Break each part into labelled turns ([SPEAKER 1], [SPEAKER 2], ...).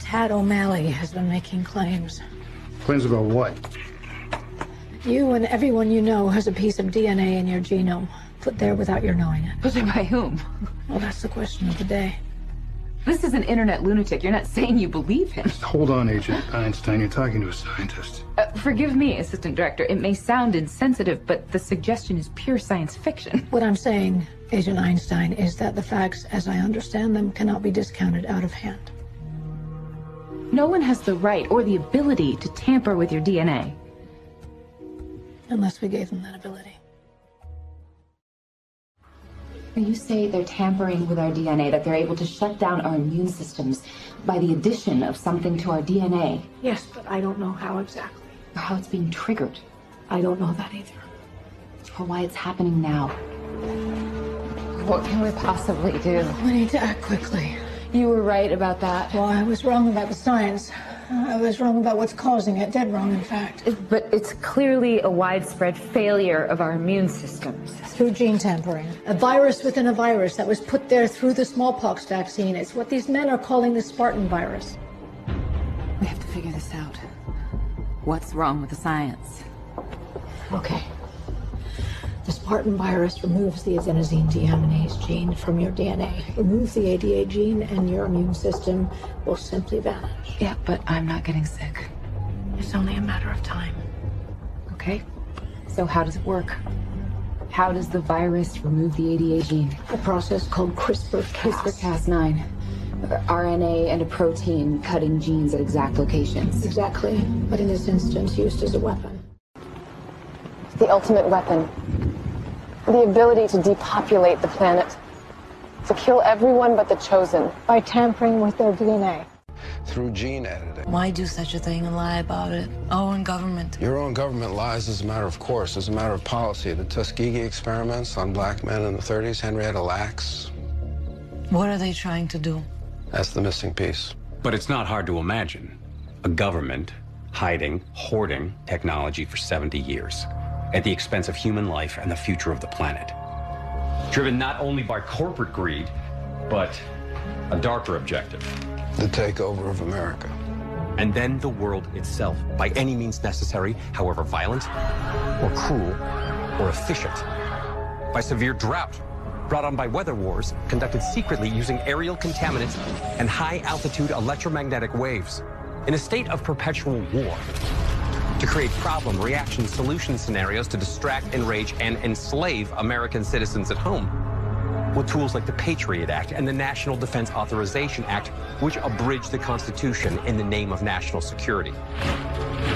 [SPEAKER 1] Tad O'Malley has been making claims.
[SPEAKER 2] Claims about what?
[SPEAKER 1] You and everyone you know has a piece of DNA in your genome, put there without your knowing it.
[SPEAKER 3] Put it by whom?
[SPEAKER 1] Well, that's the question of the day.
[SPEAKER 3] This is an internet lunatic. You're not saying you believe him.
[SPEAKER 2] Hold on, Agent Einstein. You're talking to a scientist.
[SPEAKER 3] Uh, forgive me, Assistant Director. It may sound insensitive, but the suggestion is pure science fiction.
[SPEAKER 1] What I'm saying, Agent Einstein, is that the facts, as I understand them, cannot be discounted out of hand.
[SPEAKER 3] No one has the right or the ability to tamper with your DNA.
[SPEAKER 1] Unless we gave them that ability.
[SPEAKER 4] You say they're tampering with our DNA, that they're able to shut down our immune systems by the addition of something to our DNA,
[SPEAKER 1] Yes, but I don't know how exactly.
[SPEAKER 4] or how it's being triggered,
[SPEAKER 1] I don't know that either.
[SPEAKER 4] or why it's happening now.
[SPEAKER 5] What can we possibly do?
[SPEAKER 1] We need to act quickly.
[SPEAKER 5] You were right about that.
[SPEAKER 1] Well, I was wrong about the science. I was wrong about what's causing it. Dead wrong, in fact.
[SPEAKER 5] But it's clearly a widespread failure of our immune systems.
[SPEAKER 1] through gene tampering. A virus within a virus that was put there through the smallpox vaccine. It's what these men are calling the Spartan virus.
[SPEAKER 3] We have to figure this out. What's wrong with the science?
[SPEAKER 1] Okay. The Spartan virus removes the adenosine deaminase gene from your DNA. Remove the ADA gene, and your immune system will simply vanish.
[SPEAKER 3] Yeah, but I'm not getting sick.
[SPEAKER 1] It's only a matter of time.
[SPEAKER 3] Okay? So, how does it work? How does the virus remove the ADA gene?
[SPEAKER 1] A process called CRISPR-Cas.
[SPEAKER 4] CRISPR-Cas9, RNA and a protein cutting genes at exact locations.
[SPEAKER 1] Exactly, but in this instance, used as a weapon.
[SPEAKER 6] the ultimate weapon. The ability to depopulate the planet. To kill everyone but the chosen.
[SPEAKER 1] By tampering with their DNA.
[SPEAKER 7] through gene editing.
[SPEAKER 8] Why do such a thing and lie about it? Our own government.
[SPEAKER 7] Your own government lies as a matter of course, as a matter of policy. The Tuskegee experiments on black men in the 30s, Henrietta Lacks,
[SPEAKER 8] What are they trying to do?
[SPEAKER 7] that's the missing piece.
[SPEAKER 9] But it's not hard to imagine a government hiding, hoarding technology for 70 years at the expense of human life and the future of the planet. Driven not only by corporate greed, but a darker objective.
[SPEAKER 7] The takeover of America.
[SPEAKER 9] And then the world itself, by any means necessary, however violent, or cruel, or efficient. By severe drought, brought on by weather wars, conducted secretly using aerial contaminants and high altitude electromagnetic waves, in a state of perpetual war. To create problem, reaction, solution scenarios to distract, enrage, and enslave American citizens at home with tools like the Patriot Act and the National Defense Authorization Act, which abridge the Constitution in the name of national security.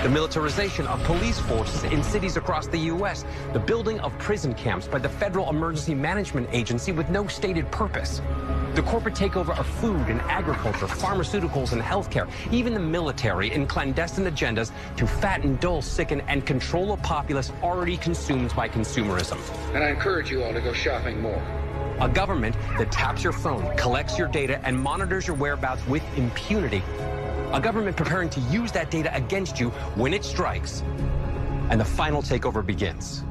[SPEAKER 9] The militarization of police forces in cities across the U.S., the building of prison camps by the Federal Emergency Management Agency with no stated purpose. The corporate takeover of food and agriculture, pharmaceuticals and healthcare, even the military in clandestine agendas to fatten, dull, sicken, and control a populace already consumed by consumerism.
[SPEAKER 7] And I encourage you all to go shopping more.
[SPEAKER 9] A government that taps your phone, collects your data, and monitors your whereabouts with impunity. A government preparing to use that data against you when it strikes. And the final takeover begins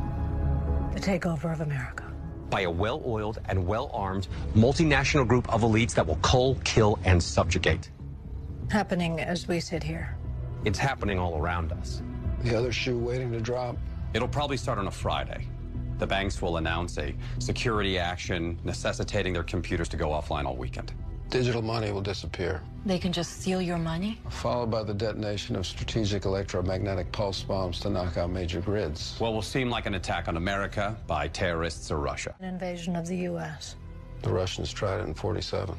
[SPEAKER 1] The takeover of America.
[SPEAKER 9] by a well oiled and well armed multinational group of elites that will cull, kill, and subjugate.
[SPEAKER 1] Happening as we sit here.
[SPEAKER 9] It's happening all around us.
[SPEAKER 7] The other shoe waiting to drop.
[SPEAKER 9] It'll probably start on a Friday. The banks will announce a security action necessitating their computers to go offline all weekend.
[SPEAKER 7] Digital money will disappear,
[SPEAKER 8] They can just steal your money?
[SPEAKER 7] followed by the detonation of strategic electromagnetic pulse bombs to knock out major grids.
[SPEAKER 9] What will seem like an attack on America by terrorists or Russia.
[SPEAKER 1] An invasion of the U.S.
[SPEAKER 7] The Russians tried it in 47.